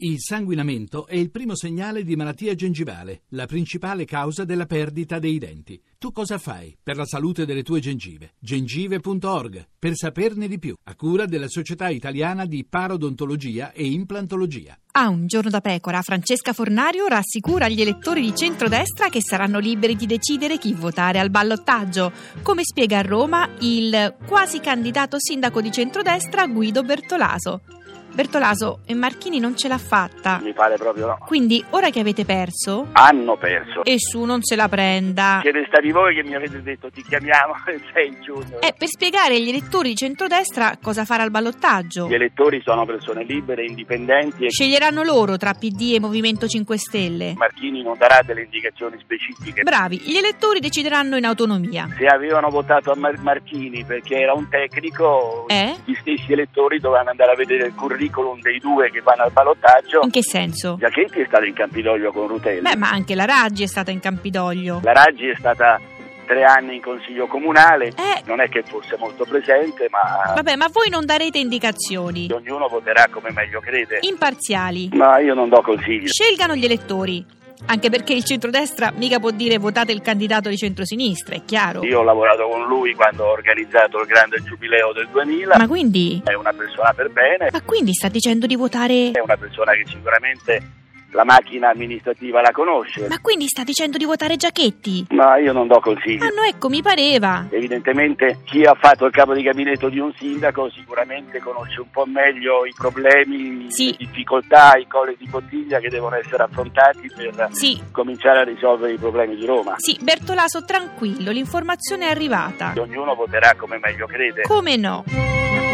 Il sanguinamento è il primo segnale di malattia gengivale, la principale causa della perdita dei denti. Tu cosa fai per la salute delle tue gengive? gengive.org per saperne di più, a cura della Società Italiana di Parodontologia e Implantologia. A Ah, un giorno da pecora, Francesca Fornario rassicura gli elettori di centrodestra che saranno liberi di decidere chi votare al ballottaggio, come spiega a Roma il quasi candidato sindaco di centrodestra Guido Bertolaso. Bertolaso, Marchini non ce l'ha fatta. Mi pare proprio no. Quindi, ora che avete perso, Hanno perso. e su non se la prenda. Siete stati voi che mi avete detto ti chiamiamo il 6 giugno. È Eh, per spiegare agli elettori di centrodestra cosa fare al ballottaggio. Gli elettori sono persone libere, indipendenti e Sceglieranno loro tra PD e Movimento 5 Stelle. Marchini non darà delle indicazioni specifiche. Bravi, gli elettori decideranno in autonomia. Se avevano votato a Mar- Marchini perché era un tecnico, Eh? gli stessi elettori dovranno andare a vedere il curriculum dei due che vanno al ballottaggio. In che senso? Giachetti è stato in Campidoglio con Rutelli. Beh, ma anche la Raggi è stata in Campidoglio. La Raggi è stata tre anni in consiglio comunale, Eh, non è che fosse molto presente, ma vabbè, ma voi non darete indicazioni. ognuno voterà come meglio crede. Imparziali. Ma io non do consigli. Scelgano gli elettori. Anche perché il centrodestra mica può dire votate il candidato di centrosinistra, è chiaro. Io ho lavorato con lui quando ho organizzato il grande giubileo del 2000. Ma quindi. È una persona per bene, Ma quindi sta dicendo di votare. è una persona che sicuramente la macchina amministrativa la conosce. Ma quindi sta dicendo di votare Giachetti? Ma io non do consigli. Ah no, ecco, mi pareva. Evidentemente chi ha fatto il capo di gabinetto di un sindaco sicuramente conosce un po' meglio i problemi, Sì. le difficoltà, i colli di bottiglia che devono essere affrontati per Sì, cominciare a risolvere i problemi di Roma. sì, Bertolaso, tranquillo, l'informazione è arrivata. Ognuno voterà come meglio crede. Come no?